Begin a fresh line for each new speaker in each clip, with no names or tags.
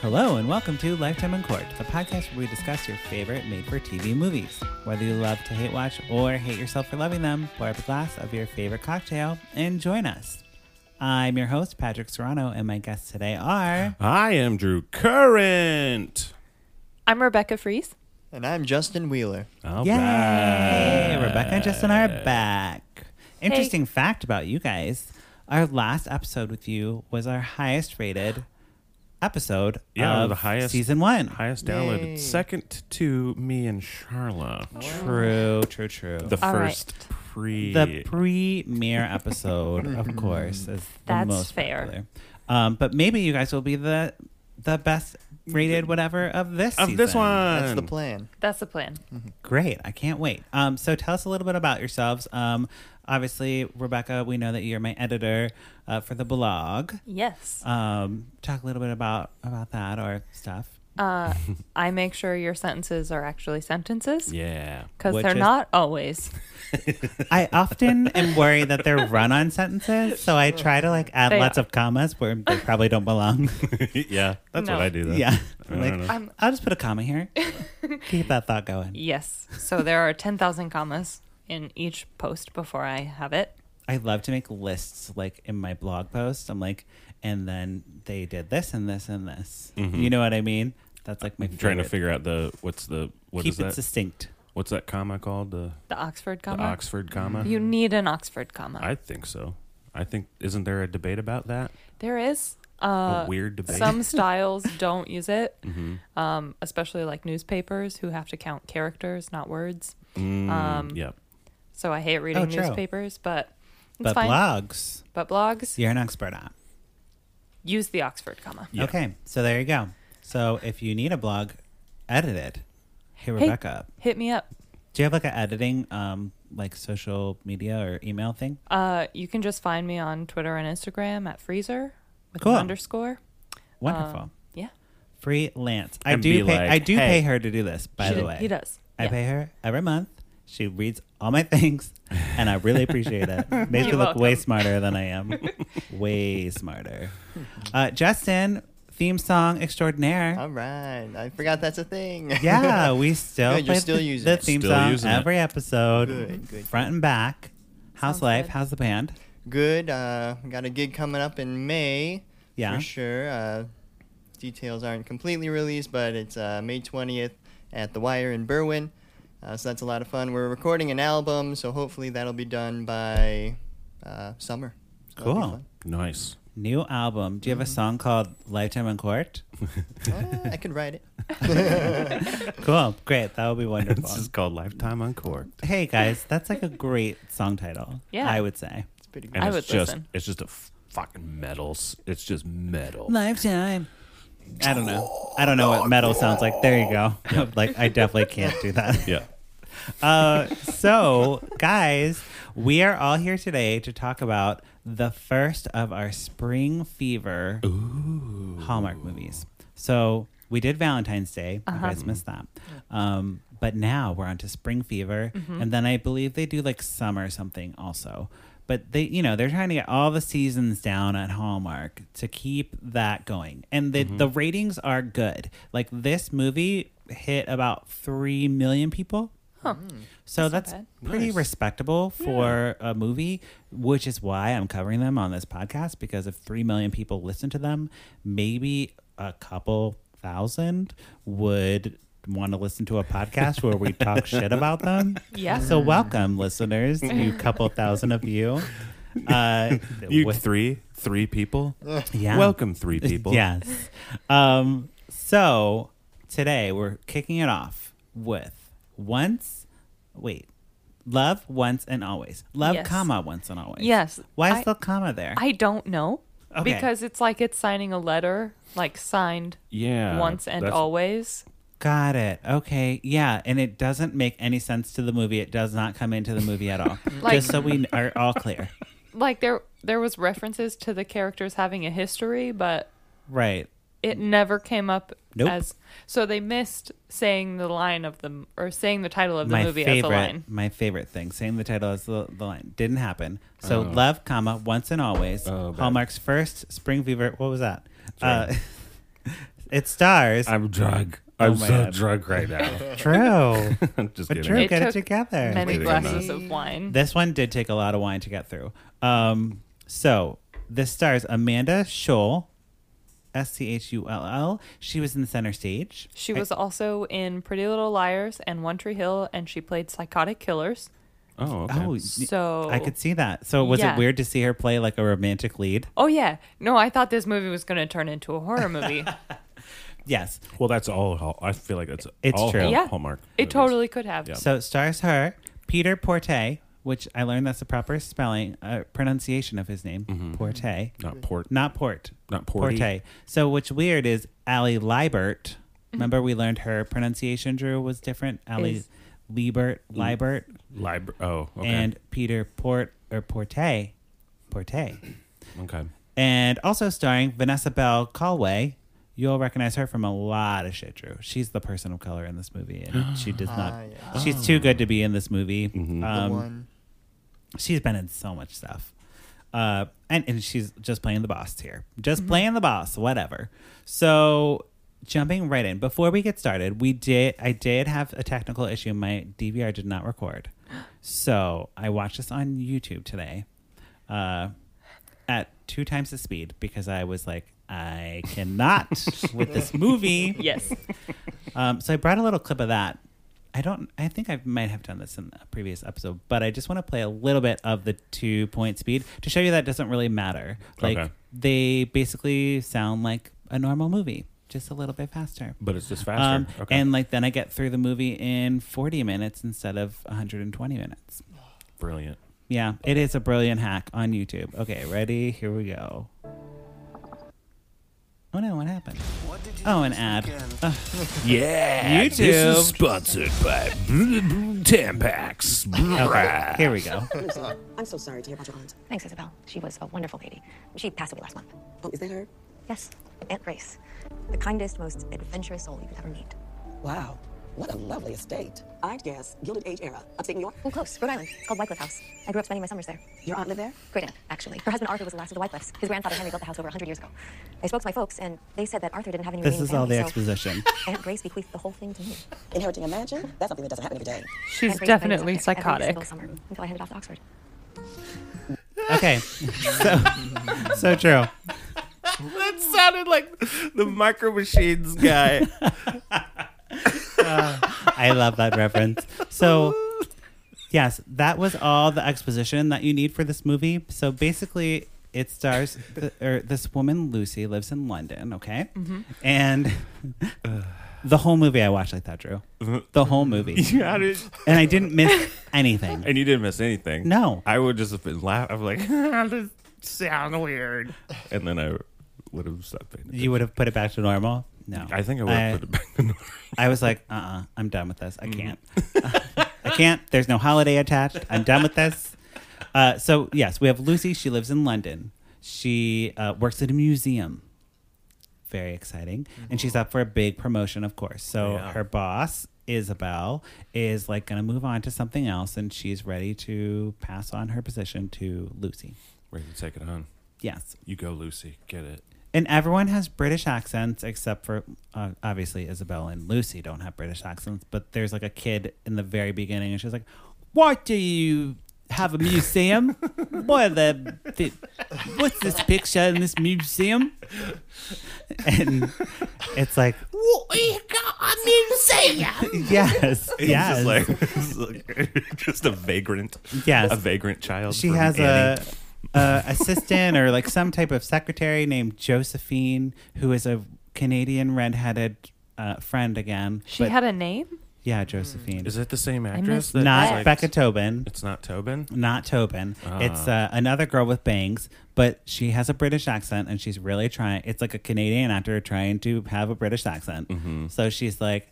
Hello, and welcome to Lifetime in Court, the podcast where we discuss your favorite made for TV movies. Whether you love to hate watch or hate yourself for loving them, pour up a glass of your favorite cocktail and join us. I'm your host, Patrick Serrano, and my guests today are.
I am Drew Current.
I'm Rebecca Fries.
And I'm Justin Wheeler.
All
Yay!
right.
Rebecca and Justin are back. Interesting fact about you guys our last episode with you was our highest rated episode
Yeah,
of
the highest-
season one.
Highest downloaded.
Yay.
Second to me and Charla.
True, true, true.
The
All right.
first pre.
the premiere episode, of course, is the
That's
most
fair.
popular. Um, but maybe you guys will be the the best rated whatever of this
of this
season.
one.
That's
Um,
the plan.
That's the plan.
Great, I can't wait. Um, so tell us a little bit about yourselves. Um, obviously, Rebecca, we know that you're my editor uh, for the blog.
Yes.
Um, talk a little bit about about that or stuff.
Uh, I make sure your sentences are actually sentences
Yeah.
because
Which
they're
is-
not always.
I often am worried that they're run-on sentences, so I try to like add
They
lots
are.
of commas where they probably don't belong.
yeah. That's
No.
what I do. Though.
Yeah.
I don't
Like,
know.
I'm,
I'll just put a comma here. Keep that thought going.
yes. So there are 10,000 commas in each post before I have it.
I love to make lists like in my blog posts. I'm like, and then they did this and this and this. You know what I mean? That's like my
Mm-hmm. I'm trying to
favorite.
figure out the what's the what
Keep
is
it
that?
succinct.
what's that comma called? The,
The Oxford
the
comma.
Oxford comma.
you need an Oxford comma.
I think so. I think isn't there a debate about that?
there is. Uh,
a weird debate. Mm-hmm.
some styles don't use it, um, especially like newspapers who have to count characters, not words.
Mm,
um,
yeah.
So I hate reading
Oh,
true.
newspapers, but it's
But
fine.
blogs,
but blogs
you're an expert on.
use the Oxford comma.
Yeah.
Okay, so there you go. So if you need a blog edited, hey Rebecca,
Hit me up.
do you have like an editing um like social media or email thing?
Uh, you can just find me on Twitter and Instagram at Freezer with
Cool.
an underscore.
Wonderful.
Yeah,
Freelance. I
And
do
be
pay
like,
I do
"Hey."
pay her to do this, by
She
the
did-
way.
he does.
I
Yeah.
pay her every month. She reads all my things, and I really appreciate it. Makes me
You're
look way
welcome.
smarter than I am. way smarter. Uh, Justin, theme song extraordinaire.
All right. I forgot that's a thing.
Yeah, we still
Good, you're
play
still
th-
using
the
it.
theme
Still
song
using it.
every episode,
Good, good.
front and back. How's
Sounds
life?
good.
How's the band?
Good. Uh, got a gig coming up in May.
Yeah.
For sure. Uh, details aren't completely released, but it's uh, May 20th at The Wire in Berwyn. Uh, so that's a lot of fun. We're recording an album, so hopefully that'll be done by uh, summer. So that'll be
Cool.
fun.
Nice.
New album. Do you
Mm-hmm.
have a song called Lifetime in Court?
Uh, I could write it.
cool. Great. That would be wonderful.
This is called Lifetime Uncorked.
Hey guys, that's like a great song title.
Yeah.
I would say.
It's pretty good.
And
I
it's
would
just
listen.
it's just a f- fucking metal. s- It's just metal.
Lifetime. I don't know. I don't know what metal sounds like. There you go. like I definitely can't do that.
Yeah.
Uh, so guys, we are all here today to talk about the first of our spring fever Hallmark movies. So we did Valentine's Day. You
Uh-huh.
guys missed that.
Mm-hmm.
Um, but now we're on to Spring Fever, and then I believe they do like summer something also. But they, you know, they're trying to get all the seasons down at Hallmark to keep that going, and the the ratings are good. Like this movie hit about three million people.
Huh.
So that's,
That's not
pretty
Nice.
respectable for a movie, which is why I'm covering them on this podcast because if 3 million people listen to them, maybe a couple thousand would want to listen to a podcast where we talk shit about them.
Yeah.
So welcome listeners, you couple thousand of you. Uh
You
with-
three, three people.
yeah.
Welcome, three people.
Yes. Um, so today we're kicking it off with once, wait, love once and always. Love,
Yes.
comma, once and always.
Yes.
Why is
I-
the comma there?
I don't know
Okay.
because it's like it's signing a letter, like signed
Uh,
Yeah.
once and
that's-
always.
Got it. Okay. Yeah. And it doesn't make any sense to the movie. It does not come into the movie at all.
Like-
Just so we are all clear.
Like there, there was references to the characters having a history, but
Right.
it never came up
Nope.
as. So they missed saying the line of the or saying the title of the
my
movie as a
favorite,
line.
my favorite thing. Saying the title as the, the line didn't happen. So love, comma, once and always.
Oh, bad.
Hallmark's first spring fever. What was that? Uh, It stars.
I'm drunk.
Oh
I'm
my
so
God.
drunk right now.
True.
Just
But
kidding.
Drew,
It
get it
took
together.
Many
Wait,
glasses
come on.
of wine.
This one did take a lot of wine to get through. Um, so this stars Amanda Scholl, S C H U L L. She was in the center stage.
She was also in Pretty Little Liars and One Tree Hill, and she played psychotic killers.
Oh, okay.
Oh,
So
I could see that. So was
Yeah.
it weird to see her play like a romantic lead?
Oh yeah, no, I thought this movie was going to turn into a horror movie.
Yes.
Well, that's all. Hall- I feel like that's
It's
all
true.
Hall-
yeah,
Hallmark.
It totally could have.
Yeah.
Um, So it stars her, Peter Porte, which I learned that's the proper spelling, uh, pronunciation of his name, Porte,
not port.
not Port,
Not Mm-hmm. Porty.
Porte. So what's weird is Allie Liebert. Remember we learned her pronunciation, Drew, was different. Allie
Is-
Liebert, Liebert,
Libra- oh, Mm. okay.
and Peter Port or Porte, Porte,
okay.
and also starring Vanessa Bell Calloway. You'll recognize her from a lot of shit, Drew. She's the person of color in this movie, and she does not.
Ah, yeah.
She's too good to be in this movie.
Mm-hmm. The
Um,
one.
she's been in so much stuff, uh, and and she's just playing the boss here, just playing the boss, whatever. So jumping right in before we get started, we did I did have a technical issue. My DVR did not record, so I watched this on YouTube today, uh, at two times the speed because I was like. I cannot with this movie.
Yes.
Um, so I brought a little clip of that. I don't. I think I might have done this in a previous episode, but I just want to play a little bit of the two point speed to show you that doesn't really matter. Like
Okay.
they basically sound like a normal movie, just a little bit faster.
But it's just
Um,
faster. okay.
And like then I get through the movie in 40 minutes instead of 120 minutes.
Brilliant.
Yeah, it is a brilliant hack on YouTube. Okay, ready? Here we go. Oh no, what happened?
What did you
Oh,
do
an
this
ad.
weekend?
Ugh,
Yeah.
YouTube. this is
sponsored by Tampax.
okay, Oh, here we go.
Lucy, I'm so sorry to hear about your aunt.
Thanks, Isabel. She was a wonderful lady. She passed away last month.
Oh, is that her?
Yes, Aunt Grace. The kindest, most adventurous soul you could ever meet.
Wow, what a lovely estate.
I'd guess Gilded Age era, upstate New York.
Oh, close, Rhode Island. It's called Wycliffe House. I grew up spending my summers there.
Your aunt lived there?
Great aunt, actually. Her husband Arthur was the last of the Wycliffes. His grandfather Henry built the house over 100 years ago. I spoke to my folks, and they said that Arthur didn't have any
This
remaining
is all the
family, so
exposition.
Aunt Grace bequeathed the whole thing to me.
Inheriting a mansion? That's something that doesn't happen every day.
She's
Aunt Grace invited us
definitely
out to every
psychotic.
single summer until I headed off to Oxford.
Okay. So, so true.
That sounded like the micro machines guy.
I love that reference. So, yes, that was all the exposition that you need for this movie. So basically, it stars th- or this woman Lucy lives in London, okay, and the whole movie I watched like that, Drew. The whole movie,
Yeah, dude.
and I didn't miss anything.
and you didn't miss anything.
No.
I would just have been laugh. I'm like, this sounds weird. And then I would have stopped paying attention.
You would have put it back to normal. No,
I think I would have put it back to normal.
I was like, uh uh-uh, uh, i am done with this. I can't. I can't. There's no holiday attached. I'm done with this. Uh, so, yes, we have Lucy. She lives in London. She uh, works at a museum. Very exciting. And she's up for a big promotion, of course. So,
Yeah.
her boss, Isabel, is like going to move on to something else and she's ready to pass on her position to Lucy.
Ready to take it on.
Yes.
You go, Lucy. Get it.
And everyone has British accents except for uh, obviously Isabel and Lucy don't have British accents. But there's like a kid in the very beginning, and she's like, "Why do you have a museum? what are the, the what's this picture in this museum?" And it's like, "Yes, yes."
Just like, just a vagrant.
Yes.
A vagrant child.
she
from
has
Annie.
a, a assistant or like some type of secretary named Josephine, who is a Canadian redheaded uh, friend again.
She
but-
had a name.
yeah, Josephine.
Is it the same
missed
actress? that-
not
like-
Becca Tobin.
It's not Tobin.
Not Tobin. It's uh, another girl with bangs, but she has a British accent and she's really trying. It's like a Canadian actor trying to have a British accent. So she's like,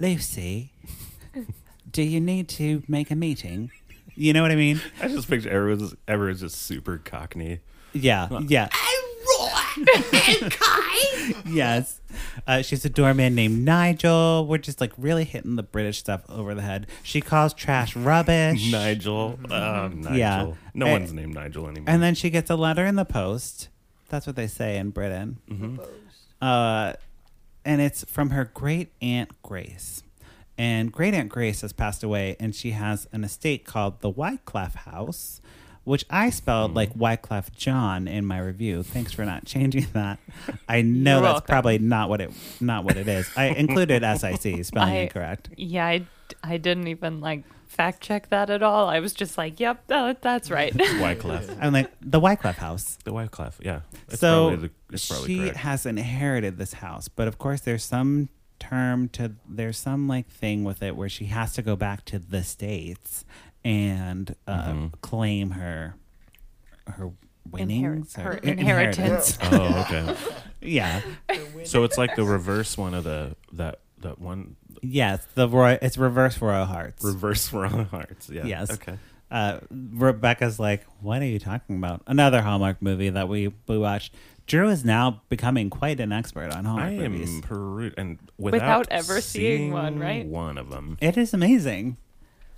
Lucy, do you need to make a meeting? You know what I mean?
I just picture everyone's everyone's just super cockney.
Yeah, yeah. yes. Uh, she's a doorman named Nigel. We're just like really hitting the British stuff over the head. She calls trash rubbish.
Nigel. Oh, Nigel.
Yeah.
No
And-
one's named Nigel anymore.
And then she gets a letter in the post. That's what they say in Britain. Uh, and it's from her great aunt Grace. And great aunt Grace has passed away, and she has an estate called the Wycliffe House, which I spelled like Wycliffe John in my review. Thanks for not changing that. I know
You're
that's
welcome.
probably not what it not what it is. I included SIC spelling
I-
incorrect.
Yeah, I, I didn't even like fact check that at all. I was just like, yep, that, that's right.
Wyclef.
I'm like the Wycliffe House.
The Wyclef, yeah. It's
so
probably the, it's probably
she
correct.
has inherited this house, but of course there's some term to there's some like thing with it where she has to go back to the states and uh,
Mm-hmm.
claim her her winnings,
her
i-
inheritance.
oh, okay.
yeah,
So it's like the reverse one of the that that one
yes, the royal. It's reverse royal hearts.
reverse wrong hearts. Yeah.
Yes.
Okay.
Uh, Rebecca's like, what are you talking about? Another Hallmark movie that we, we watched. Drew is now becoming quite an expert on Hallmark
I am
movies.
Peru and
Without
without,
ever seeing one,
seeing
right?
One of them.
It is amazing.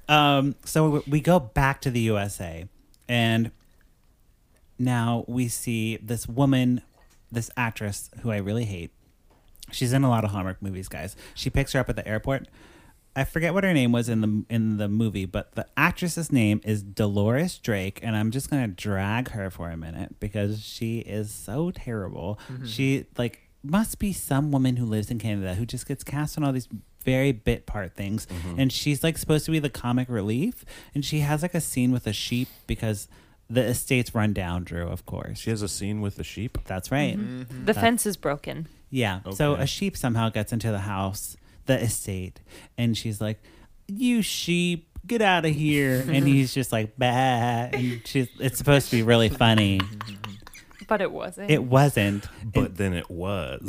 Um, so we- we go back to the USA, and now we see this woman, this actress who I really hate. She's in a lot of Hallmark movies, guys. She picks her up at the airport. I forget what her name was in the in the movie, but the actress's name is Dolores Drake, and I'm just gonna drag her for a minute because she is so terrible. She like must be some woman who lives in Canada who just gets cast on all these very bit part things, and she's like supposed to be the comic relief, and she has like a scene with a sheep because the estate's run down. Drew, of course,
She has a scene with the sheep.
that's right.
the fence is broken.
Yeah. So
Okay.
a sheep somehow gets into the house, the estate, and she's like, "You sheep, get out of here!" and he's just like, "Bah!" And she's, it's supposed to be really funny.
But it wasn't.
It wasn't.
But then it was.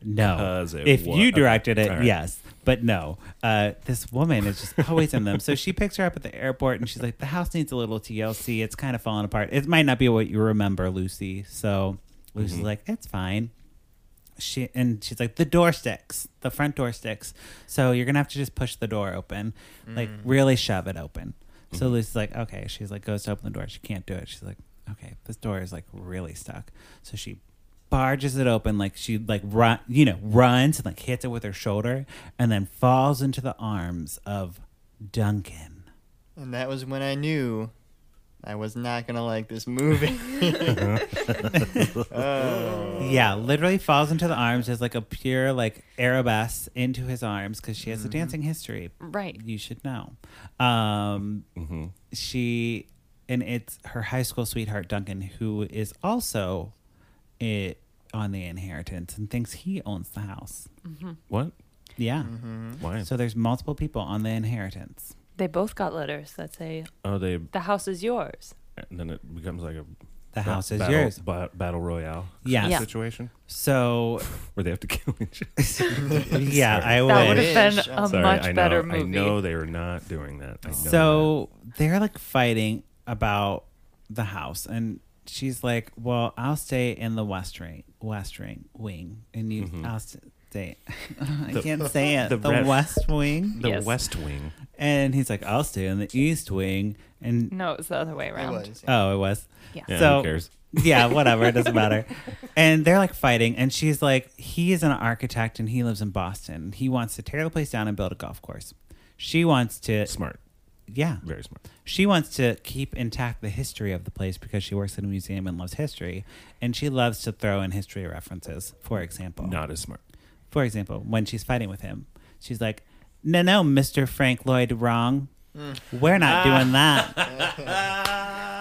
No.
Because it
If
wa-
you
okay.
directed it,
All right.
yes. But no, uh, this woman is just always in them. So she picks her up at the airport and she's like, the house needs a little TLC. It's kind of falling apart. It might not be what you remember, Lucy. So Lucy's
Mm-hmm.
like, it's fine. She and she's like, the door sticks, the front door sticks. So you're gonna have to just push the door open, like really shove it open. So Lucy's like, okay. She's like, goes to open the door. She can't do it. She's like, okay, this door is like really stuck. So she barges it open like she like run you know runs and like hits it with her shoulder and then falls into the arms of Duncan.
And that was when I knew I was not going to like this movie.
Yeah, literally falls into the arms as like a pure like arabesque into his arms because she has a dancing history.
Mm-hmm. Right.
You should know. Um, She and it's her high school sweetheart Duncan who is also it on the inheritance and thinks he owns the house.
What?
Yeah.
Mm-hmm.
Why?
So there's multiple people on the inheritance.
they both got letters that say,
oh, they.
the house is yours.
And then it becomes like a.
The house is
battle,
yours.
ba- battle royale.
Yes. Yeah.
Situation
So
where they have to kill each other.
yeah, I
That would
would.
have been
Wish.
a
Sorry,
much
I know.
better
I
movie.
know they were not doing that. I know
So they're like fighting about the house, and she's like, "Well, I'll stay in the west wing, west wing, wing, and you, I'll st- stay." I can't say it.
Mm-hmm. the
The,
ref-
west wing,
that. the
Yes.
West Wing.
and he's like, "I'll stay in the east wing," and
No, it's the other way
It
around.
was.
oh, it was.
Mm-hmm. Yeah.
Yeah,
So-
who cares?
yeah, whatever. It doesn't matter. And they're like fighting, and she's like, he is an architect and he lives in Boston. He wants to tear the place down and build a golf course. She wants to,
Smart,
yeah,
very smart.
she wants to keep intact the history of the place because she works at a museum and loves history. And she loves to throw in history references, for example.
Not as smart.
For example, when she's fighting with him, she's like, No, no, Mr. Frank Lloyd Wrong. We're not doing that.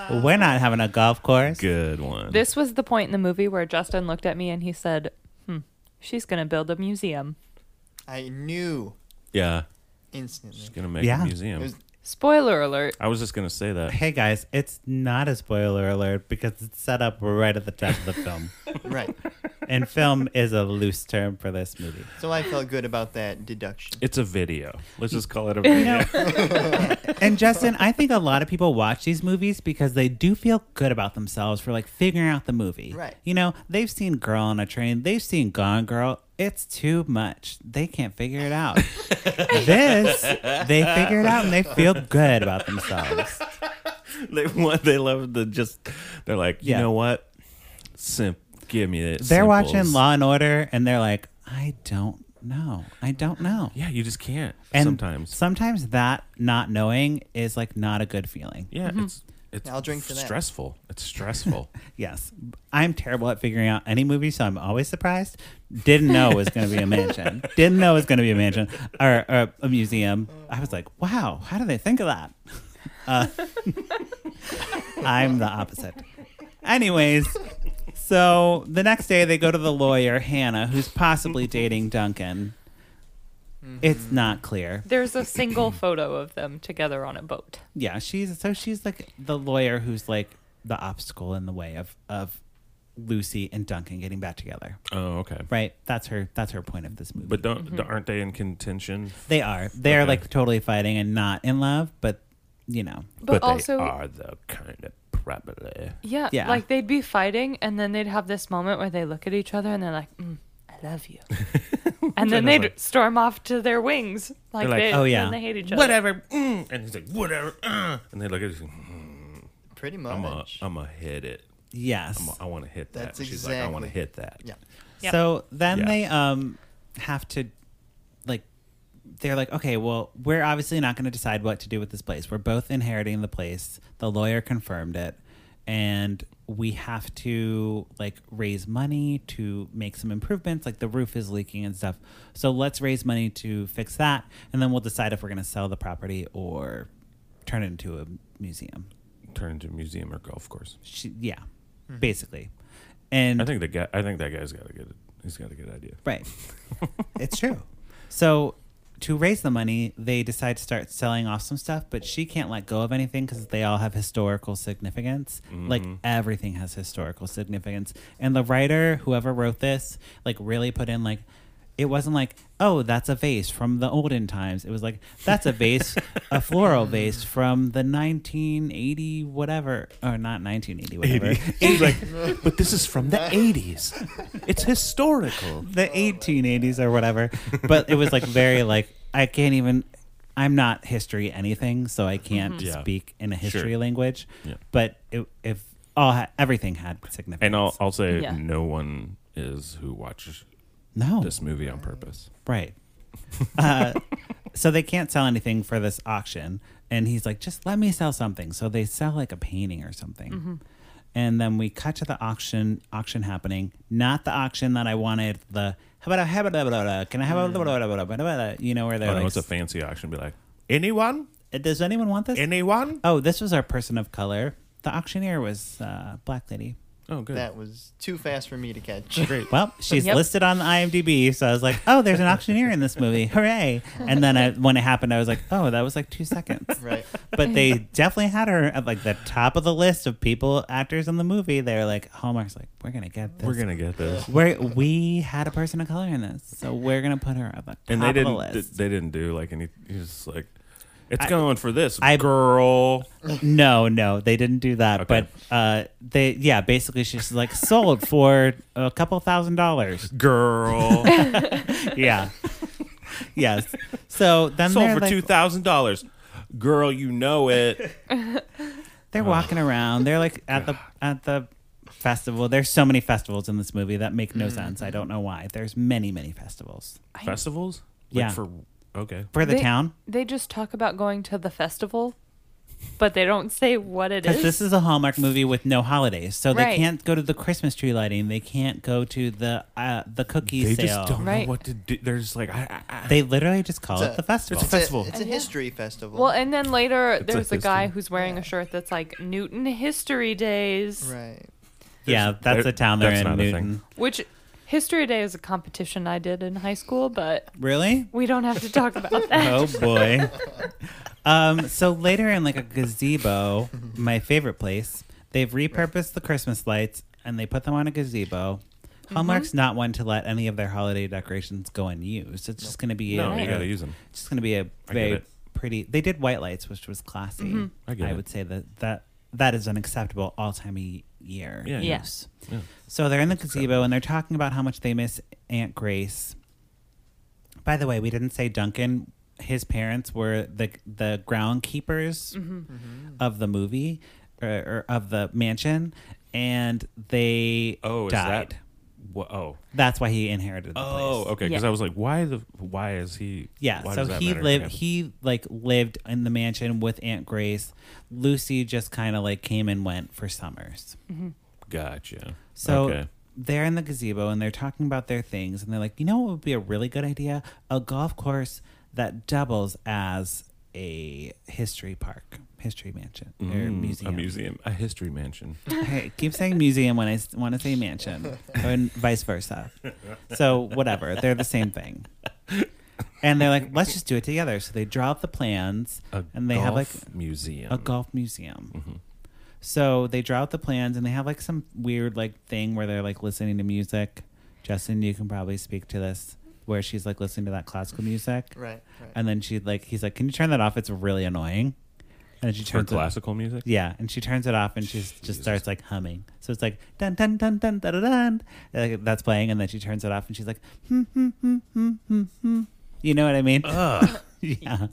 We're not having a golf course.
Good one.
This was the point in the movie where Justin looked at me and he said, hmm, she's going to build a museum.
I knew
yeah,
instantly.
it's gonna make
Yeah.
a museum.
It was-
Spoiler alert.
I was just gonna say that.
Hey guys, it's not a spoiler alert because it's set up right at the top of the film.
Right.
and film is a loose term for this movie.
So I felt good about that deduction.
It's a video. Let's just call it a video.
And Justin, I think a lot of people watch these movies because they do feel good about themselves for like figuring out the movie.
Right.
You know, they've seen Girl on a Train, they've seen Gone Girl. It's too much. They can't figure it out. this, they figure it out and they feel good about themselves.
they want. They love the just. They're like, you
Yeah.
know what? Simp. Give me it.
They're watching
Simples.
Law and Order and they're like, I don't know. I don't know.
Yeah, you just can't
And
sometimes.
sometimes that not knowing is like not a good feeling.
yeah, it's it's
I'll drink to that.
stressful. It's stressful.
Yes, I'm terrible at figuring out any movie, so I'm always surprised. Didn't know it was going to be a mansion. Didn't know it was going to be a mansion or, or a museum. I was like, wow, how did they think of that? Uh, I'm the opposite. Anyways, so the next day they go to the lawyer, Hannah, who's possibly dating Duncan. It's not clear.
There's a single photo of them together on a boat.
Yeah, she's so she's like the lawyer who's like the obstacle in the way of of Lucy and Duncan getting back together.
oh, okay.
Right? Mm-hmm. That's her that's her point of this movie.
But don't aren't they in contention?
they are. They're
Okay.
like totally fighting and not in love, but you know.
But, also,
they are the kind of probably.
yeah,
Yeah.
like they'd be fighting, and then they'd have this moment where they look at each other and they're like, mm, "I love you," and then they'd storm off to their wings, like,
like,
they,
"Oh, yeah."
and they hate each other.
Whatever. mm, And he's like, whatever. uh," And they look at you.
Pretty
I'm a,
much.
I'm a hit it.
Yes.
I'm a, I want to hit that.
That's
She's like, I want to
exactly-
hit that.
yeah.
Yep.
So then
Yeah.
they um have to like they're like, okay, well, we're obviously not going to decide what to do with this place. We're both inheriting the place. The lawyer confirmed it, and we have to like raise money to make some improvements. Like the roof is leaking and stuff. So let's raise money to fix that, and then we'll decide if we're going to sell the property or turn it into a museum.
Turn into a museum or golf course.
She, yeah, basically. And
I think the guy. I think that guy's got a good. He's got a good idea.
Right. it's true. So to raise the money, they decide to start selling off some stuff, but she can't let go of anything because they all have historical significance. Like everything has historical significance. And the writer, whoever wrote this, like really put in like it wasn't like, oh, that's a vase from the olden times. It was like, that's a vase, a floral vase from the 1980 whatever, or not 1980 whatever,
He's like, but this is from the 80s. It's historical.
the 1880s or whatever. But it was like very like I can't even. I'm not history anything, so I can't
Mm-hmm. Yeah.
speak in a history
Sure.
language.
Yeah.
But it, if all ha- everything had significance,
And I'll, I'll say
Yeah.
no one is who watches
no,
this movie on purpose.
Right. Uh, so they can't sell anything for this auction. And he's like, just let me sell something. So they sell like a painting or something.
Mm-hmm.
And then we cut to the auction auction happening. Not the auction that I wanted. The how about a how about a- blah, blah, can I have a blah, blah, blah, blah, blah, you know where they're
Oh, no,
like,
it's a fancy auction. Be like, anyone?
does anyone want this?
Anyone?
oh, this was our person of color. The auctioneer was uh, black lady.
Oh, good.
That was too fast for me to catch.
Great.
Well, she's
Yep.
listed on the IMDb, so I was like, "Oh, there's an auctioneer in this movie! Hooray!" And then I, when it happened, I was like, "Oh, that was like two seconds."
Right.
But they definitely had her at like the top of the list of people actors in the movie. They were like, "Hallmark's like, we're gonna get this.
We're going to get this.
We're- we had a person of color in this, so we're gonna put her at the top
And they
of the
didn't,
list."
they didn't do like any, he's just like, it's
I-
going for this
I-
girl.
No, no, they didn't do that.
Okay.
But uh, they, yeah, basically, she's like sold for a couple thousand dollars.
Girl.
Yeah. Yes. So then
Sold
they're
for
like,
$2,000. Girl, you know it.
They're walking around. They're like at the at the festival. There's so many festivals in this movie that make
Mm.
no sense. I don't know why. There's many many festivals
Festivals? Like
Yeah.
For, okay.
for the
They-
town
They just talk about going to the festival, but they don't say what it
because
is.
this is a Hallmark movie with no holidays, so they
Right.
can't go to the Christmas tree lighting. They can't go to the uh, the cookie
They
sale.
just don't
Right.
know what to do. They're just like, I, I, I.
They literally just call it the festival.
It's a,
festival.
it's a history festival.
Well, and then later there's a
history.
guy who's wearing a shirt that's like Newton History Days,
right.
yeah, that's the
They're-
town they're
that's
in.
not a thing.
Newton.
which History Day is a competition I did in high school, but
Really?
we don't have to talk about that.
Oh boy. um, so later in like a gazebo, my favorite place, they've repurposed the Christmas lights and they put them on a gazebo. Hallmark's not one to let any of their holiday decorations go unused. It's just going to be
No,
a,
you gotta use 'em.
It's just going to be a
I get
very
it.
pretty. They did white lights, which was classy.
I get it.
would say that that that is unacceptable all time of year.
Yeah,
yeah.
use.
Yeah.
So they're in the gazebo and they're talking about how much they miss Aunt Grace. By the way, we didn't say Duncan. His parents were the the ground keepers
Mm-hmm.
of the movie or, or of the mansion, and they
Oh, is
died.
that Wha- oh.
That's why he inherited the
Oh,
place.
okay. Because
Yeah.
I was like, why the why is he?
Yeah,
why
so
does that
he
matter to
lived
him?
he like lived in the mansion with Aunt Grace. Lucy just kind of like came and went for summers.
Gotcha.
So
okay.
they're in the gazebo and they're talking about their things and they're like, "You know what would be a really good idea? A golf course that doubles as a history park, history mansion or
Mm,
museum."
a museum, a history mansion.
I keep saying museum when I want to say mansion, and vice versa. So whatever, they're the same thing. And they're like, let's just do it together. So they draw up the plans,
A
and they have like
golf museum.
a golf museum.
Mm-hmm.
So they draw out the plans, and they have like some weird like thing where they're like listening to music. Justin, you can probably speak to this, where she's like listening to that classical music,
Right, right.
And then she like he's like, can you turn that off? It's really annoying. And then she
for
turns it
classical music.
yeah, and she turns it off and she just
Jesus.
starts like humming. So it's like dun dun dun dun dun dun. dun. Like, that's playing, and then she turns it off and she's like, hmm, hmm, hmm, hmm, hmm, hmm. you know what I mean?
Ugh.
yeah.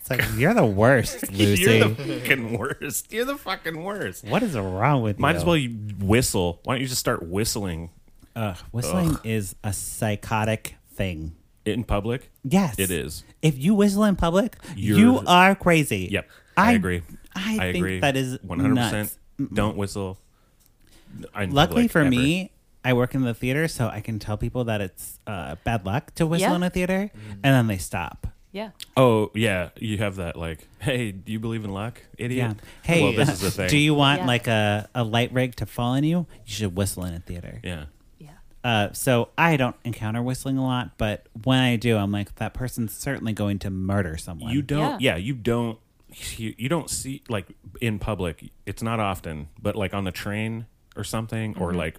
It's like you're the worst, Lucy.
You're the fucking worst. You're the fucking worst.
What is wrong with
Might
you?
as well you whistle. Why don't you just start whistling
Ugh, whistling is a psychotic thing.
in public?
Yes,
It is.
If you whistle in public,
You're-
you are crazy.
Yep. I, agree.
I, think
agree.
that is nuts.
Don't whistle. in
Luckily
public,
for
ever.
me, I work in the theater, so I can tell people that it's uh, bad luck to whistle
Yeah.
in a theater,
Mm.
and then they stop.
Yeah.
Oh yeah, you have that like, hey, do you believe in luck,
Yeah.
idiot?
Hey, uh,
well, this is the thing.
do you want
Yeah.
like a, a light rig to fall on you? You should whistle in a theater.
Yeah.
Yeah.
Uh, so I don't encounter whistling a lot, but when I do, I'm like, that person's certainly going to murder someone.
You don't.
Yeah.
Yeah. you don't. You, you don't see like in public. It's not often, but like on the train or something, or like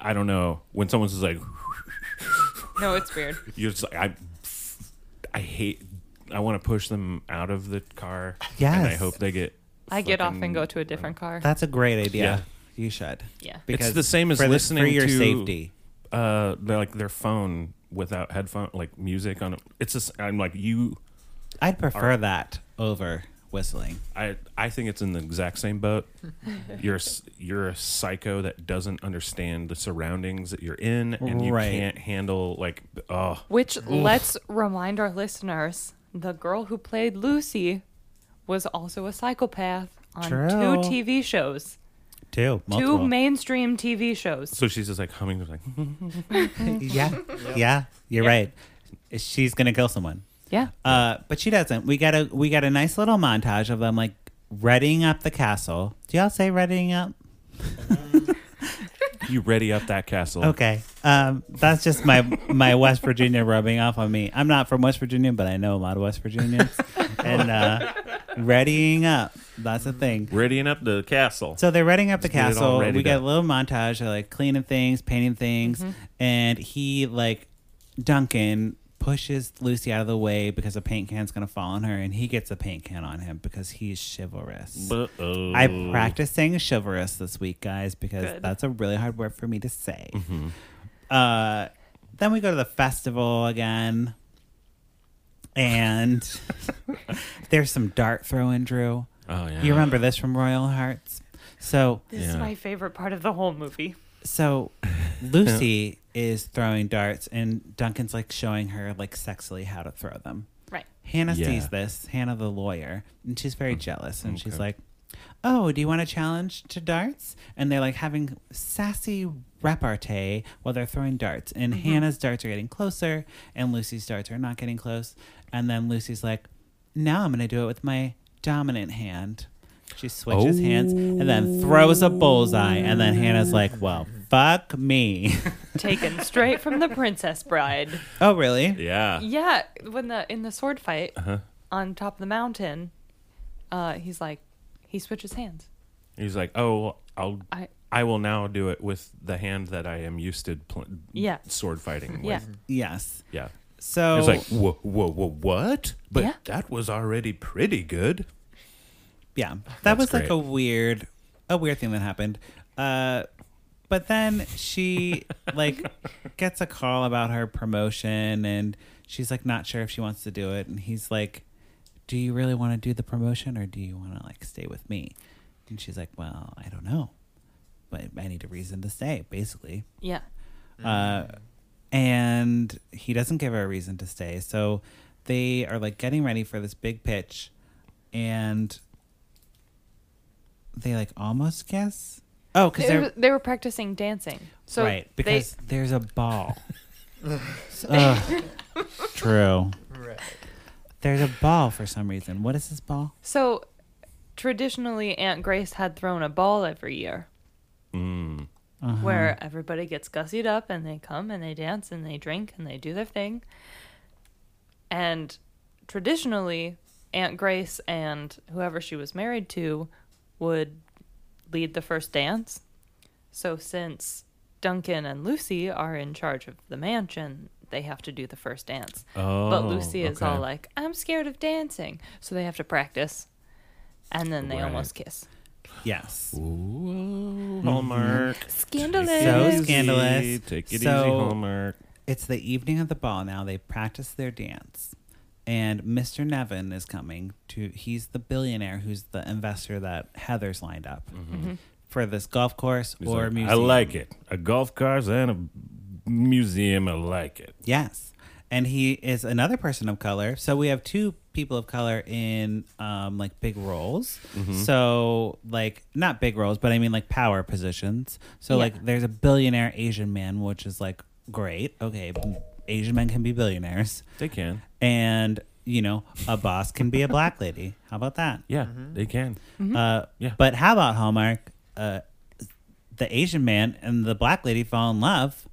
I don't know when someone's just like,
No, it's weird.
you're just like I, I hate. I want to push them out of the car. And I
Yes.
hope they get.
I get off and
fucking-
go to a different car.
That's a great idea.
Yeah.
You should.
Yeah. It's
It's the same as
for the-
listening
for your
to
safety.
Uh, they're like their phone without headphone, like music on. it. It's just I'm like you.
I'd prefer that over whistling.
I I think it's in the exact same boat. You're s- you're a psycho that doesn't understand the surroundings that you're in, and you
Right.
can't handle like oh
Which let's remind our listeners the girl who played Lucy was also a psychopath on
True.
two TV shows,
Two.
two mainstream TV shows.
So she's just like humming, just like
Yeah. Yeah. You're right. She's going to kill someone.
Yeah.
Uh, but she doesn't. We got a we got a nice little montage of them like readying up the castle. Do y'all say readying up?
you ready up that castle.
Okay, um, that's just my my West Virginia rubbing off on me. I'm not from West Virginia, but I know a lot of West Virginians, and uh, readying up. That's a thing.
readying up the castle.
So they're readying up the
get it all
castle.
ready
We
to-
get a little montage of like cleaning things, painting things, and he like Duncan pushes Lucy out of the way because a paint can's gonna fall on her, and he gets a paint can on him because he's chivalrous.
Uh-oh.
I practiced saying chivalrous this week, guys, because
Good.
that's a really hard word for me to say.
Mm-hmm.
Uh, then we go to the festival again, and there's some dart throwing, Drew.
Oh yeah.
You remember this from Royal Hearts? So,
This is
Yeah.
my favorite part of the whole movie.
so Lucy is throwing darts, and Duncan's like showing her like sexily how to throw them.
Right.
Hannah
Yeah. Mm.
sees this, Hannah the lawyer, and she's very jealous. And she's like, Oh, do you want a challenge to darts? And they're like having sassy repartee while they're throwing darts. And
Mm-hmm.
Hannah's darts are getting closer, and Lucy's darts are not getting close. And then Lucy's like, Now I'm going to do it with my dominant hand. She switches hands and then throws a bullseye. And then Hannah's like, Well, fuck me.
Taken straight from the Princess Bride.
oh, really?
Yeah.
Yeah, when the in the sword fight on top of the mountain, uh, he's like, he switches hands.
He's like, oh, well, I'll
I-
I, will now do it with the hand that I am used to pl-
Yeah.
sword fighting.
Yeah.
With.
Yes.
Yeah.
So
It's like, whoa, whoa, whoa, what? But
Yeah.
that was already pretty good.
yeah that
That's
was like
great.
a weird a weird thing that happened uh but then she like gets a call about her promotion and she's like not sure if she wants to do it and he's like do you really want to do the promotion or do you want to like stay with me and she's like well i don't know but I need a reason to stay, basically.
Yeah.
Uh, and he doesn't give her a reason to stay. So they are like getting ready for this big pitch and they like almost kiss. Oh, because
They,
they're
were- they were practicing dancing. So
right
they-
because there's a ball. Ugh. True.
Right.
There's a ball for some reason. What is this ball?
so traditionally, Aunt Grace had thrown a ball every year.
Mm.
Where everybody gets gussied up and they come and they dance and they drink and they do their thing. And traditionally, Aunt Grace and whoever she was married to would lead the first dance. So since Duncan and Lucy are in charge of the mansion, they have to do the first dance. but
Oh,
Lucy is
okay.
all like, "I'm scared of dancing," so they have to practice, and then they
Right.
almost kiss.
Yes.
Ooh, Hallmark.
Mm-hmm. So
Scandalous.
scandalous.
Take it
So-
easy, Hallmark.
It's the evening of the ball now. They practice their dance. And Mr. Nevin is coming to he's the billionaire who's the investor that Heather's lined up for this golf course
Mm-hmm. He's
or
like,
museum.
I like it. A golf cars and a museum. I like it.
Yes. And he is another person of color. So we have two people of color in um, like big roles.
Mm-hmm.
So like not big roles, but I mean like power positions. So like there's a billionaire Asian man, which is like great. Okay, Asian men can be billionaires.
They can.
and you know a boss can be a black lady how about that
Yeah,
Mm-hmm.
they can.
uh,
Yeah.
but how about hallmark uh, the asian man and the black lady fall in love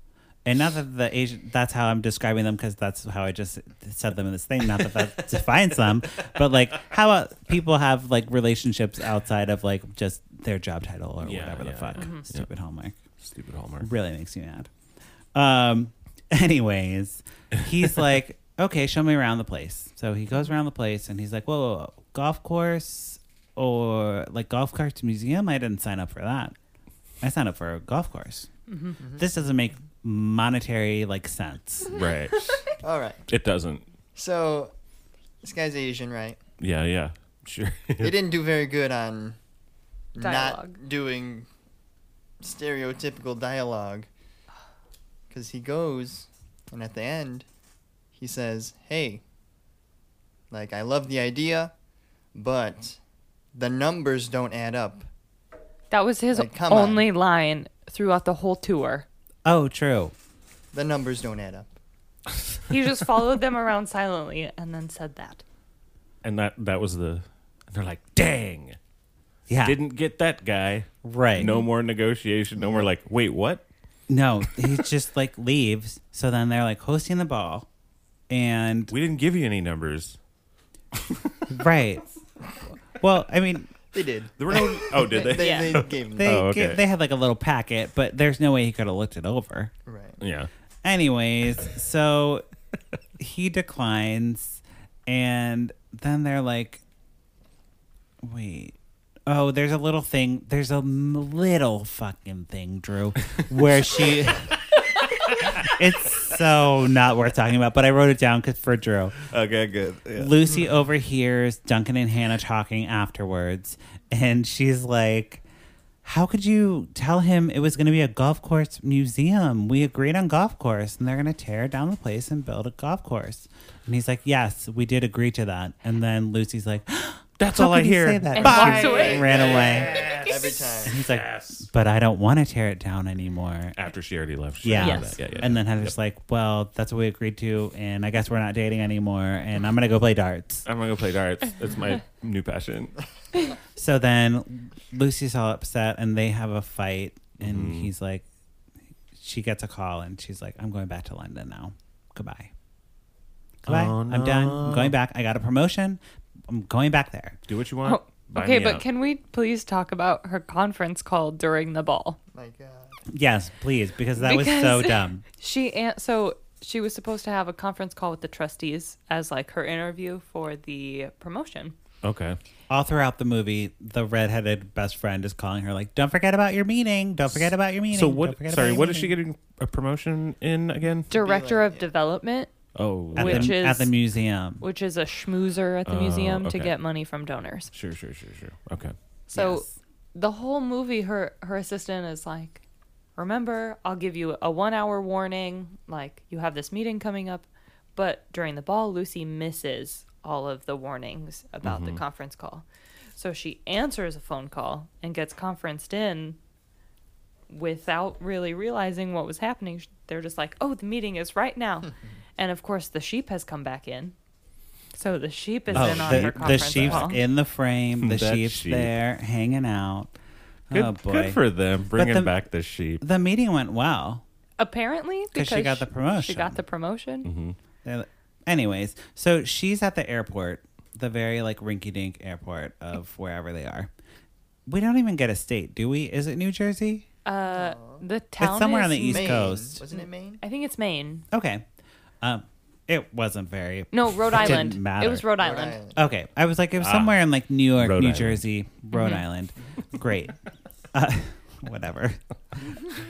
and not that the asian that's how i'm describing them because that's how i just said them in this thing not that that defines them but like how about people have like relationships outside of like just their job title or
Yeah,
whatever the
yeah,
fuck
mhm.
stupid hallmark
Stupid Hallmark.
really makes me mad. Um, anyways, he's like, okay, show me around the place. So he goes around the place and he's like, whoa, whoa, whoa, golf course or like golf carts museum? I didn't sign up for that. I signed up for a golf course. This doesn't make monetary like sense.
Right.
All right.
it doesn't.
So this guy's Asian, right?
Yeah, yeah. Sure.
They didn't do very good on
Dialogue.
not doing stereotypical dialogue. Because he goes, and at the end, he says, Hey, like, I love the idea, but the numbers don't add up.
That was his
Like, come on.
only line throughout the whole tour.
Oh, true.
The numbers don't add up.
He just followed them around silently and then said that.
and that that was the. And they're like, dang,
Yeah.
didn't get that guy.
right.
No more negotiation. No more like, wait, what?
No, he just like leaves. So then they're like hosting the ball and
We didn't give you any numbers.
right. Well, I mean,
They did.
There were no. Oh, did they?
They,
Yeah.
they gave him
They
that.
Oh,
gi-
okay.
they had like a little packet, but there's no way he could have looked it over.
Right.
yeah.
Anyways, so he declines, and then they're like, "Wait, oh, there's a little thing. There's a m- little fucking thing, Drew, where she." it's so not worth talking about, but I wrote it down 'cause- for Drew.
Okay, good. Yeah.
Lucy overhears Duncan and Hannah talking afterwards, and she's like, How could you tell him it was going to be a golf course museum? We agreed on golf course, and they're going to tear down the place and build a golf course. And he's like, Yes, we did agree to that. And then Lucy's like,
That's
"How
all I
could you
hear.
Say that?
And
Bye.
walks away.
Ran away.
Every time.
And he's like, But I don't want to tear it down anymore.
After she already left. she
Yeah.
did
Yes.
that. yeah, yeah.
And then Heather's like, well, that's what we agreed to. And I guess we're not dating anymore. And I'm going to go play darts.
I'm gonna go play darts. That's my new passion.
So then Lucy's all upset and they have a fight.
Mm-hmm.
And he's like, she gets a call and she's like, I'm going back to London now. Goodbye. Goodbye.
Oh,
I'm done. I'm
no.
going back. I got a promotion. I'm going back there.
Do what you want.
Oh,
Buy
okay,
me
but
out.
can we please talk about her conference call during the ball?
My God.
Yes, please, because that was so
Because-
dumb.
She an- so she was supposed to have a conference call with the trustees as like her interview for the promotion.
Okay.
All throughout the movie, the redheaded best friend is calling her like, "Don't forget about your meeting. Don't forget about your meeting."
So
Don't
what?
forget about
Sorry,
your
what is
meeting."
she getting a promotion in again?
Director of development,
Oh,
at,
okay.
Which
the,
is-
at the museum.
which is a schmoozer at the museum to
okay.
get money from donors.
Oh,
sure, sure, sure, sure. Okay.
So
Yes.
the whole movie her her assistant is like remember i'll give you a one hour warning like you have this meeting coming up but during the ball lucy misses all of the warnings about
Mm-hmm.
the conference call so she answers a phone call and gets conferenced in without really realizing what was happening Sh- they're just like oh the meeting is right now and of course the sheep has come back in so the sheep is in on her
Oh, the, the
conference
sheep's
call.
in the frame. The
That
sheep's
sheep.
there hanging out.
Good,
oh boy.
good for them bringing
the-
back the sheep.
the meeting went well.
Apparently,
'Cause
because
she got the
She
promotion.
got the promotion.
Uh, Anyways, so she's at the airport, the very like rinky dink airport of wherever they are. We don't even get a state, do we? Is it New Jersey?
Uh, the town
somewhere
is
on the East
Ma-
Maine.
Coast.
Wasn't it Maine?
I think it's Maine.
Okay. Um, it wasn't very.
No, Rhode
Didn't
Island.
matter.
It was Rhode, Island.
Okay. I was like, it was somewhere in like New York,
Ah, Rhode
New
Island.
Jersey, Rhode
Mm-hmm.
Island. Great. Uh, whatever.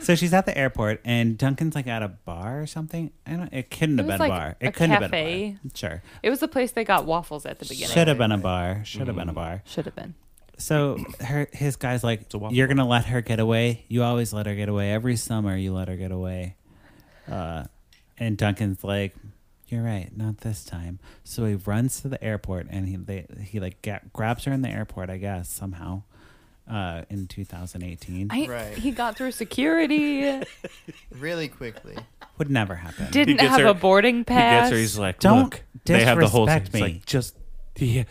so she's at the airport and Duncan's like at a bar or something. I don't, it couldn't have been
was
a
like
bar.
a
It couldn't
cafe.
have been a bar. Sure.
It was the place they got waffles at the beginning.
Should have been a bar. Should have been
Mm-hmm.
a bar.
Should have been.
So her his guy's like,
a waffle
you're gonna let her get away. You always let her get away. Every summer you let her get away. Uh, and Duncan's like, you're right, not this time. So he runs to the airport and he they, he like ga- grabs her in the airport, I guess somehow, uh, in 2018
I,
Right.
He got through security.
Really quickly.
would never happen.
didn't
gets
have
her-
a boarding
He
pass.
gets her. He's like,
Don't
look, they have the whole thing.
disrespect
It's
me.
like, just yeah,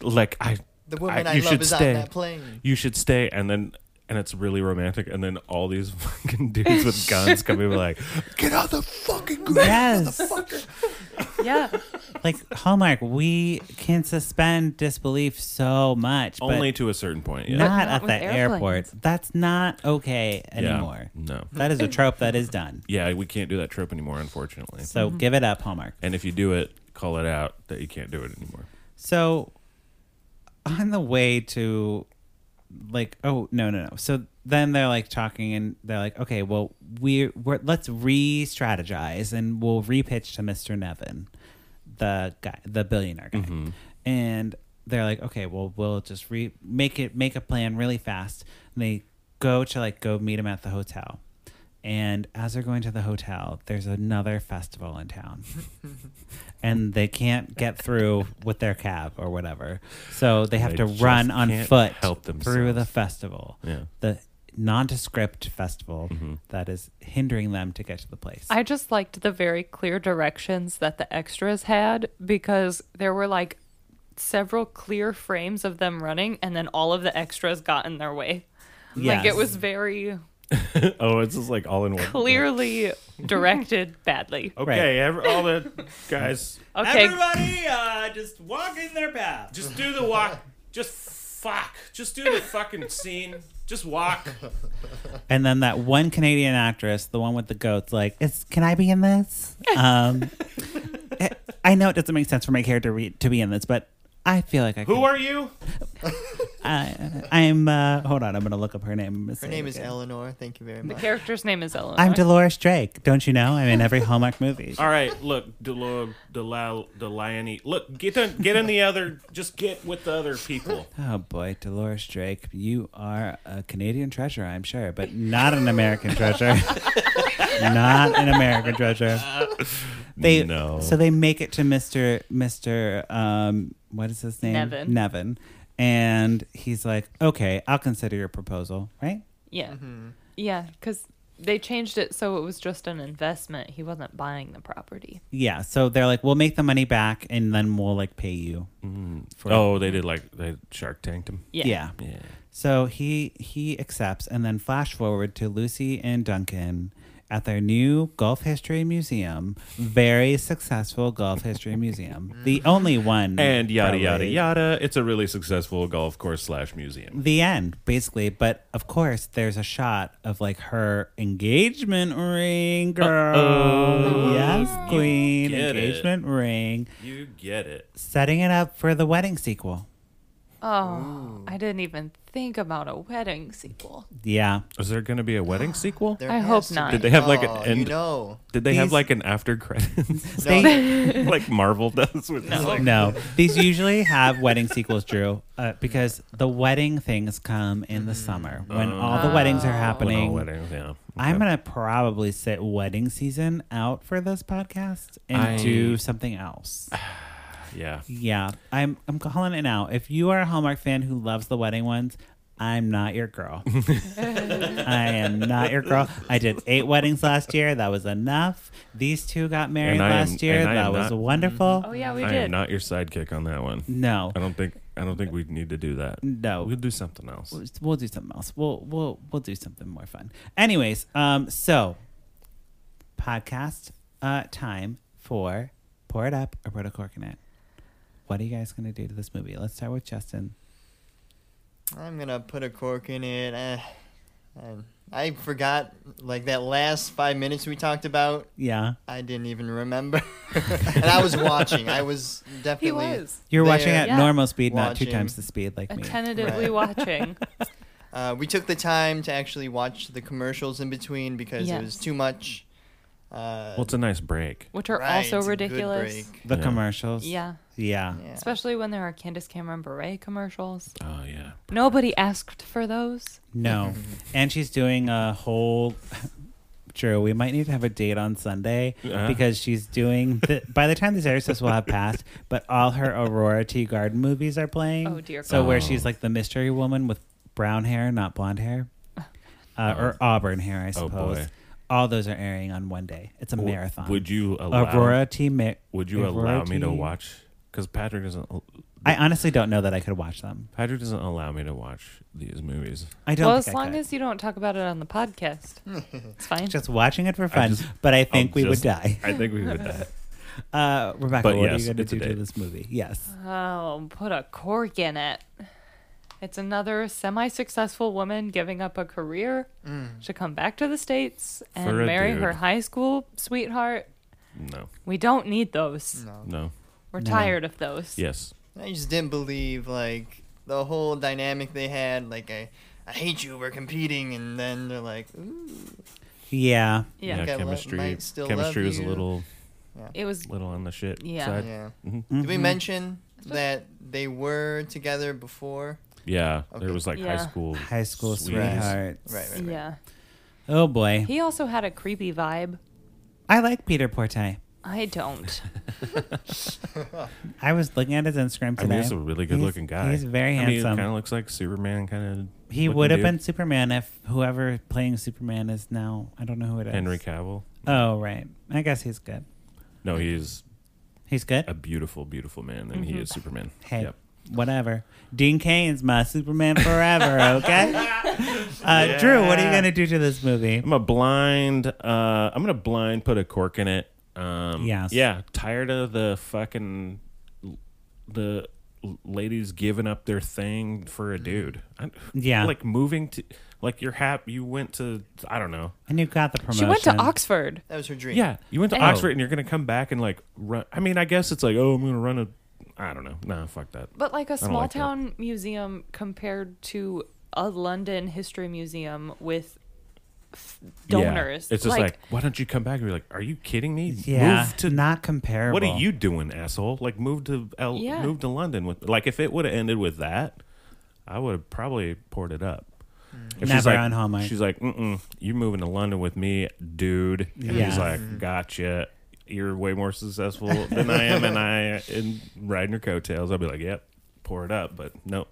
like I.
The woman I
you
love
should
is on
stay.
that plane.
You should stay, and then and it's really romantic, and then all these fucking dudes with guns come in like, get out the fucking ground.
Yes,
yeah.
like Hallmark, we can suspend disbelief so much, but
Only to a certain point. Yeah.
not
But not
at
with
the airport.
airplanes.
That's not okay
Yeah.
anymore.
No.
That is a trope that is done.
Yeah, we can't do that trope anymore, unfortunately.
So
Mm-hmm.
give it up, Hallmark.
And if you do it, call it out that you can't do it anymore.
So on the way to like oh no no no. So then they're like talking and they're like okay, well we we're let's re-strategize and we'll repitch to Mr. Nevin, the guy, the billionaire guy.
Mm-hmm.
And they're like okay, well we'll just re make it make a plan really fast. And they go to like go meet him at the hotel. And as they're going to the hotel, there's another festival in town and they can't get through with their cab or whatever. So they have
They
to
just
run on
can't
foot
help
through
themselves.
the festival.
Yeah. Mm-hmm.
The nondescript festival that is hindering them to get to the place.
I just liked the very clear directions that the extras had because there were like several clear frames of them running, and then all of the extras got in their way. Like
Yes.
it was very
Oh, it's just like all in one.
clearly directed badly.
Okay, ev all the guys,
Okay.
Everybody uh, just walking their path.
just do the walk. Just fuck. Just do the fucking scene. Just walk.
And then that one Canadian actress, the one with the goats, like, is can I be in this? Um, I- I know it doesn't make sense for my character re- to be in this, but I feel like I
Who
can-
are you?
I, I'm. Uh, hold on, I'm gonna look up her name.
Her name is Eleanor. Thank you very
The
much.
character's name is Eleanor.
I'm Dolores Drake. Don't you know? I'm in every Hallmark movie.
All right, look, Delor, Delal, Deliani. Look, get in, get in the other. Just get with the other people.
Oh boy, Dolores Drake, you are a Canadian treasure, I'm sure, but not an American treasure. not an American treasure. They
No.
so they make it to Mr. Mr. Um, what is his name?
Nevin.
Nevin, and he's like, "Okay, I'll consider your proposal." Right?
Yeah.
Mm-hmm.
Yeah, because they changed it so it was just an investment. He wasn't buying the property.
Yeah. So they're like, "We'll make the money back, and then we'll like pay you." for-
Oh, they did like they Shark Tanked him.
Yeah.
yeah.
Yeah.
So he he accepts, and then flash forward to Lucy and Duncan at their new Gulf History Museum, very successful Gulf History Museum, the only one,
And yada yada
probably.
yada. It's a really successful golf course slash museum.
The end, basically. But of course, there's a shot of like her engagement ring, girl. Yes, queen,
get it.
engagement ring,
You get it.
setting it up for the wedding sequel.
Oh, I didn't even think about a wedding sequel.
Yeah.
Is there going to be a wedding sequel?
There
I
has
hope
to
not.
be-
Did they have, like, an
Oh, You
end-
know,
Did they have
These-
like an after credits
They-
like Marvel does with like,
no, these usually have wedding sequels, Drew, uh, because the wedding things come in the summer when all the weddings are
when all
happening.
weddings? Yeah.
I'm gonna probably sit wedding season out for this podcast and
I-
do something else.
Yeah.
Yeah, I'm I'm calling it now. If you are a Hallmark fan who loves the wedding ones, I'm not your girl. I am not your girl. I did eight weddings last year. That was enough. These two got married
And I am-
last year.
and I
That
am
was
not-
wonderful.
Oh yeah, we
I
did.
am not your sidekick on that one.
No,
I don't think I don't think we need to do that.
No.
We'll do something else.
we'll, we'll do something else. We'll we'll we'll do something more fun. Anyways, um, so podcast uh time for pour it up or put a cork in it. What are you guys gonna do to this movie? Let's start with Justin.
I'm gonna put a cork in it. Eh, I- I forgot like that last five minutes we talked about.
Yeah,
I didn't even remember, and I was watching. I was
he
definitely.
was
you're
They
watching
are
at
Yeah.
normal speed, not two
watching.
times the speed like me.
attentively
Right.
watching.
Uh, we took the time to actually watch the commercials in between because it was
Yes.
too much. Uh,
Well, it's a nice break.
which are
right,
also
it's a good
ridiculous.
break.
The
Yeah.
commercials.
Yeah.
Yeah.
Yeah.
Especially when there are Candace Cameron Bure commercials.
Oh yeah.
Nobody asked for those.
No. and she's doing a whole. True, we might need to have a date on Sunday
Uh-huh.
because she's doing. The, by the time this airs, this will have passed, but all her Aurora Tea Garden movies are playing.
Oh, dear
So, where
God.
she's like the mystery woman with brown hair, not blonde hair, uh, or auburn hair, I
Oh,
suppose.
boy.
All those are airing on one day. It's a
W-
marathon.
Would you allow
Aurora Tea Mi-
Would you
Aurora
allow me to
Tea-
watch? Because Patrick doesn't.
I honestly don't know that I could watch them.
Patrick doesn't allow me to watch these movies.
I don't.
Well,
think
as
I
long
could.
as you don't talk about it on the podcast, it's fine.
just watching it for fun,
just-
but I think
I'll
we
just-
would die.
I think we would die.
Uh, Rebecca,
But
what are
yes,
you going to
it's a
do to
date.
this movie? Yes.
Oh, put a cork in it. It's another semi successful woman giving up a career to come back to the States and
For a
marry her
dude.
high school sweetheart.
No,
We don't need those.
no.
We're tired of those.
Yes.
I just didn't believe like the whole dynamic they had. Like I, I hate you. We're competing, and then they're like, Ooh,
Yeah.
Yeah.
I lo-
chemistry.
might still
chemistry
love
was a
you.
little,
It was
little on the shit
Yeah.
side.
yeah. Mm-hmm.
Mm-hmm.
Did we mention that they were together before?
Yeah, there
Okay.
was like high
Yeah.
school.
High school
sweeties.
sweethearts.
Right, right.
yeah.
Oh boy,
He also had a creepy vibe.
I like Peter Porte.
I don't.
I was looking at his Instagram
I
today.
mean, he's a really good looking
He's-
guy.
He's very
I
handsome.
Mean, kind of looks like Superman. Kind of.
he would have been Superman if whoever playing Superman is now. I don't know who it is.
Henry Cavill.
Oh right, I guess he's good.
No, he's
He's good.
a beautiful, beautiful man, and he is Superman.
Mm-hmm. Hey,
Yep.
whatever. Dean Kane's my Superman forever. Okay. uh, Drew, what are you going to do to this movie?
I'm a blind. Uh, I'm gonna blind put a cork in it. Um,
Yes.
Yeah. Tired of the fucking the ladies giving up their thing for a dude. I,
Yeah.
Like moving to like you're happy. You went to I don't know.
And you got the promotion.
she went to Oxford.
That was her dream.
Yeah. You went to
Oh.
Oxford and you're gonna come back and like run. I mean, I guess it's like oh, I'm gonna run a. I don't know. Nah, fuck that.
But like a
don't
small
like that.
town museum compared to a London history museum with f- donors.
Yeah. It's just like, why don't you come back and be like, are you kidding me?
Yeah,
Move to
not comparable.
What are you doing, asshole? Like move to L
Yeah.
move to London with like if it would have ended with that, I would have probably poured it up. If
Never
like,
on Hallmark.
She's like, Mm-mm, you're moving to London with me, dude. And
Yeah.
he's
Mm-hmm.
like, gotcha. You're way more successful than I am, and I and riding your coattails. I'll be like, yep, pour it up. But nope,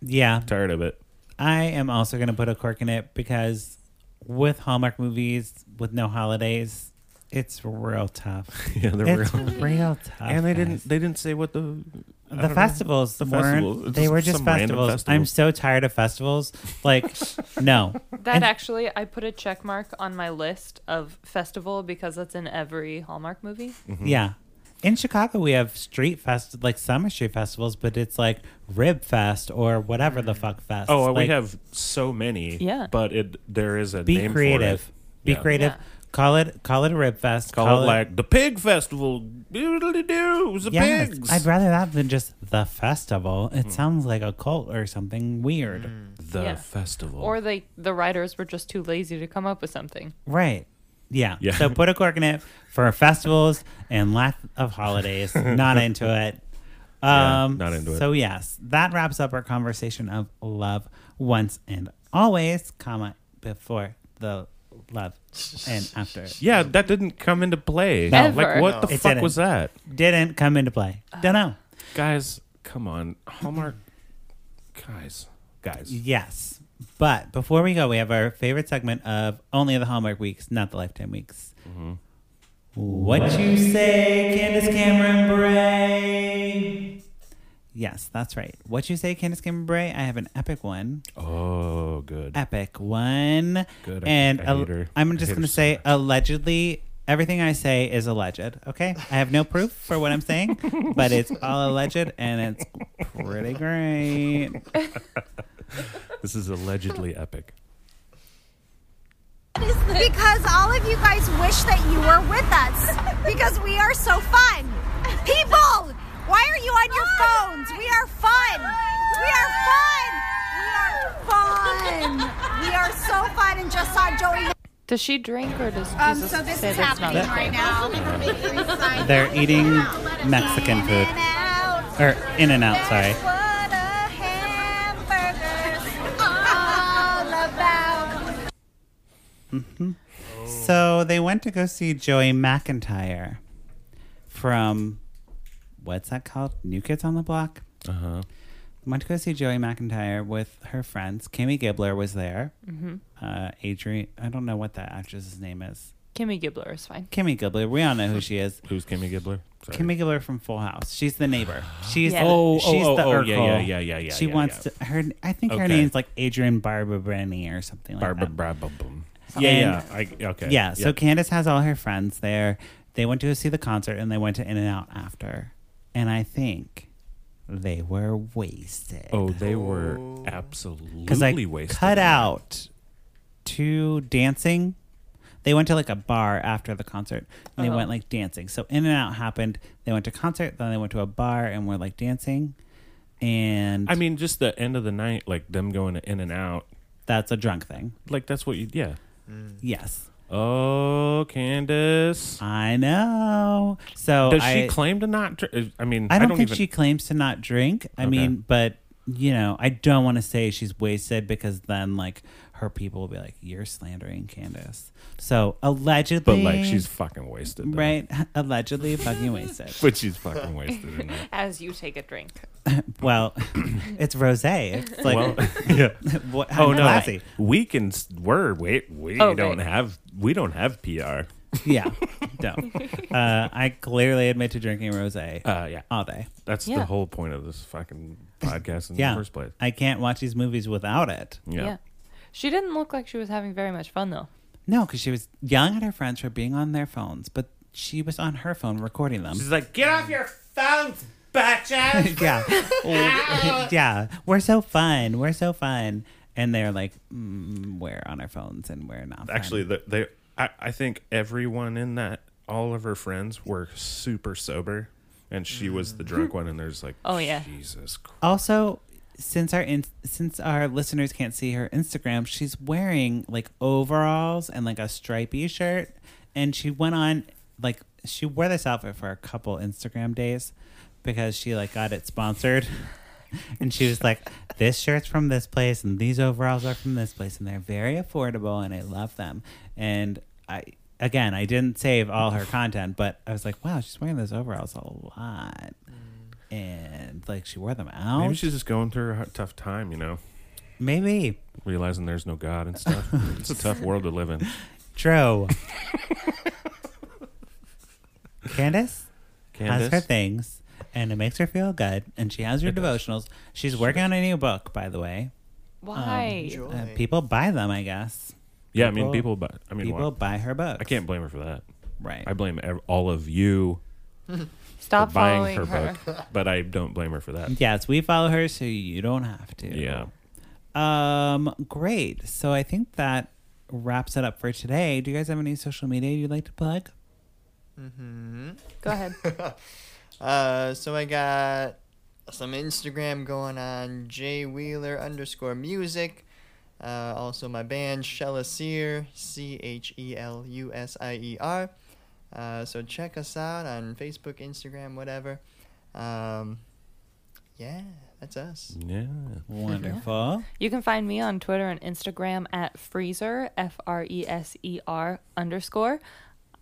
Yeah,
tired of it.
I am also going to put a cork in it because with Hallmark movies with no holidays, it's real tough.
Yeah, they're
it's
real.
real, tough.
And they
guys.
didn't. They didn't say what the I
the
don't know.
festivals
The
weren't.
festivals. It's
They
just
were just
some random
festivals. I'm
festivals.
so tired of festivals. Like, no.
That
And-
actually, I put a check mark on my list of festival because that's in every Hallmark movie.
Mm-hmm.
Yeah. In Chicago, we have street fest, like summer street festivals, but it's like Rib Fest or whatever
Mm-hmm.
the fuck fest.
Oh,
like,
we have so many.
Yeah.
but it there is a
Be
name
creative.
For it.
Be
Yeah.
creative.
Yeah.
Call it call it a rib fest.
Call it like the pig festival. Doodly doo, it was the
Yes,
pigs.
I'd rather that than just the festival.
Hmm.
It sounds like a cult or something weird.
the
Yeah.
festival.
Or they the writers were just too lazy to come up with something.
Right. Yeah.
Yeah.
So put a cork in it for festivals and lack of holidays. not into it.
Yeah,
Um,
not into it.
So yes, that wraps up our conversation of love once and always, comma before the love and after
yeah, that didn't come into play.
No.
Like
Ever.
what
No.
the
It
fuck
didn't.
was that?
didn't come into play. Don't
Uh,
know.
Guys, come on. Hallmark guys. Guys.
Yes. But before we go, we have our favorite segment of only the Hallmark weeks, not the Lifetime weeks.
Mm-hmm.
What you say, Candace Cameron Bray? Yes, that's right. What you say, Candace Cameron Bray? I have an epic one.
Oh, good.
Epic one.
Good. I-
And
I
al-
hate her. I
I'm
hate
just
her
going to
so
say,
much.
allegedly, everything I say is alleged. Okay. I have no proof for what I'm saying, but it's all alleged and it's pretty great.
This is allegedly epic.
Because all of you guys wish that you were with us. Because we are so fun. People, why are you on your phones? We are fun. We are fun. We are fun. We are so fun and just saw Joey.
Does she drink or does
Um,
Jesus
so this
say
is
that's not
happening right
okay?
now.
They're eating Mexican food. Or In and Out, sorry.
What a hamburger's all about.
So they went to go see Joey McIntyre from what's that called? New Kids on the Block.
Uh huh.
Went to go see Joey McIntyre with her friends. Kimmy Gibbler was there. Mm-hmm. Uh, Adrian, I don't know what that actress's name is.
Kimmy Gibbler is fine.
Kimmy Gibbler. We all know who she is.
Who's Kimmy Gibbler? Sorry.
Kimmy Gibbler from Full House. She's the neighbor. She's
Yeah.
Oh,
she's
oh, oh,
the
oh,
Urkel.
yeah, yeah, yeah, yeah, yeah.
She
yeah,
wants
yeah.
to. Her, I think her
Okay.
name's like Adrian Barbara Brenny or something like
Barbara
that.
Brabham. Yeah, yeah. I, okay.
Yeah. So Candace has all her friends there. They went to go see the concert and they went to In and Out after. And I think they were wasted.
oh, they were absolutely
because I
wasted.
cut out two dancing. They went to like a bar after the concert and they went like dancing. So In and Out happened. They went to concert, then they went to a bar and were like dancing. And
I mean, just the end of the night, like them going in and out.
that's a drunk thing.
Like that's what you. Yeah.
Yes.
Oh, Candace.
I know. So
Does
Uh, I,
she claim to not? Dr- I mean,
I don't, think
even,
she claims to not drink. I
Okay.
mean, but you know, I don't want to say she's wasted because then like her people will be like, "You're slandering Candace." So
But
allegedly,
like, she's fucking wasted. though.
right, allegedly fucking wasted.
But she's fucking wasted. in that.
As you take a drink.
well, it's rosé. It's like,
Well, yeah.
what, how
Oh no,
classy.
we can. s- We're wait. We
Oh,
don't
right.
have. We don't have PR.
Yeah, no. Uh, I clearly admit to drinking rosé
Uh, yeah.
all day.
That's
Yeah.
the whole point of this fucking podcast in
Yeah,
the first place.
I can't watch these movies without it.
Yeah.
She didn't look like she was having very much fun though.
No, because she was yelling at her friends for being on their phones, but she was on her phone recording them.
She's like, get off your phones, bitches.
yeah. yeah. We're so fun. We're so fun. And they're like, mm, we're on our phones and we're not. fun."
Actually, the, they. I, I think everyone in that, all of her friends were super sober, and she was the drunk one. And there's like,
Oh, yeah.
Jesus Christ.
also, since our in- since our listeners can't see her Instagram, she's wearing like overalls and like a stripey shirt, and she went on like she wore this outfit for a couple Instagram days because she like got it sponsored. And she was like, "This shirt's from this place, and these overalls are from this place, and they're very affordable, and I love them." And I, again, I didn't save all her content, but I was like, "Wow, she's wearing those overalls a lot," and like she wore them out.
Maybe she's just going through a hard- tough time, you know,
Maybe.
realizing there's no God and stuff. it's a tough world to live in.
True. Candace has her
Candace?
things and it makes her feel good and she has her devotionals. She's working on a new book, by the way.
Um,
Why?
Uh,
Joy.
people buy them, I guess.
Yeah, I mean,
People-
people, but I mean,
People
why-
buy her books.
I can't blame her for that.
Right.
I blame ev- all of you for
Stop
buying
following
her,
her.
book, but I don't blame her for that.
yes, we follow her so you don't have to.
Yeah.
Um, great. So I think that wraps it up for today. Do you guys have any social media you'd like to plug?
Go ahead.
Uh, so I got some Instagram going on, J Wheeler underscore music. Uh, also my band Chelusier, C H E L U S I E R. Uh, so check us out on Facebook, Instagram, whatever. Um, yeah, that's us.
Yeah.
Wonderful.
You can find me on Twitter and Instagram at Freezer, F R E S E R underscore.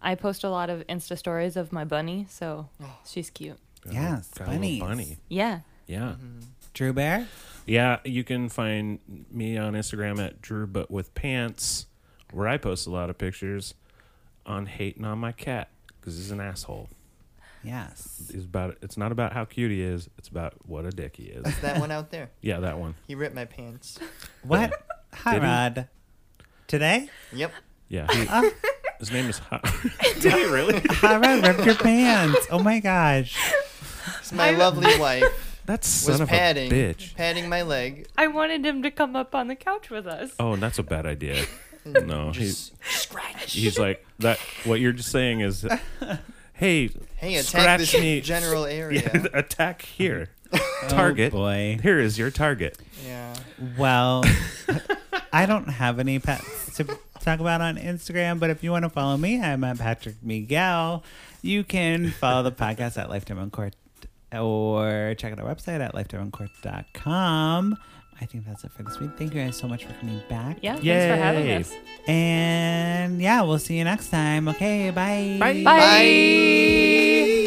I post a lot of Insta stories of my bunny, so she's cute.
Got a-
Yes,
got a little
bunnies.
bunny.
Yeah.
Yeah.
Mm-hmm.
Drew Bear?
Yeah, you can find me on Instagram at Drew But With Pants, where I post a lot of pictures on hating on my cat because he's an asshole.
Yes.
It's about it's not about how cute he is; it's about what a dick he is.
That one out there.
yeah, that one.
He ripped my pants.
What? Hi,
Did he?
Rod. Today?
Yep.
Yeah, he- his name is. Hot. Did he really?
Hi, Rod ripped your pants. Oh my gosh.
It's my lovely wife
That's
was
son of
patting
a bitch.
patting my leg.
I wanted him to come up on the couch with us.
Oh, that's a bad idea. No, he's he's like that. What you're just saying is, hey,
Hey,
scratch
attack this
me.
general area.
Yeah, attack here. Target.
Oh boy.
Here is your target.
Yeah.
Well, I don't have any pets to talk about on Instagram, but if you want to follow me, I'm at Patrick Miguel. You can follow the podcast at Lifetime on Court or check out our website at lifetimeoncourt.com. I think that's it for this week. Thank you guys so much for coming back.
Yeah. Thanks for having
Yay.
us.
And yeah, we'll see you next time. Okay, bye.
Bye.
Bye.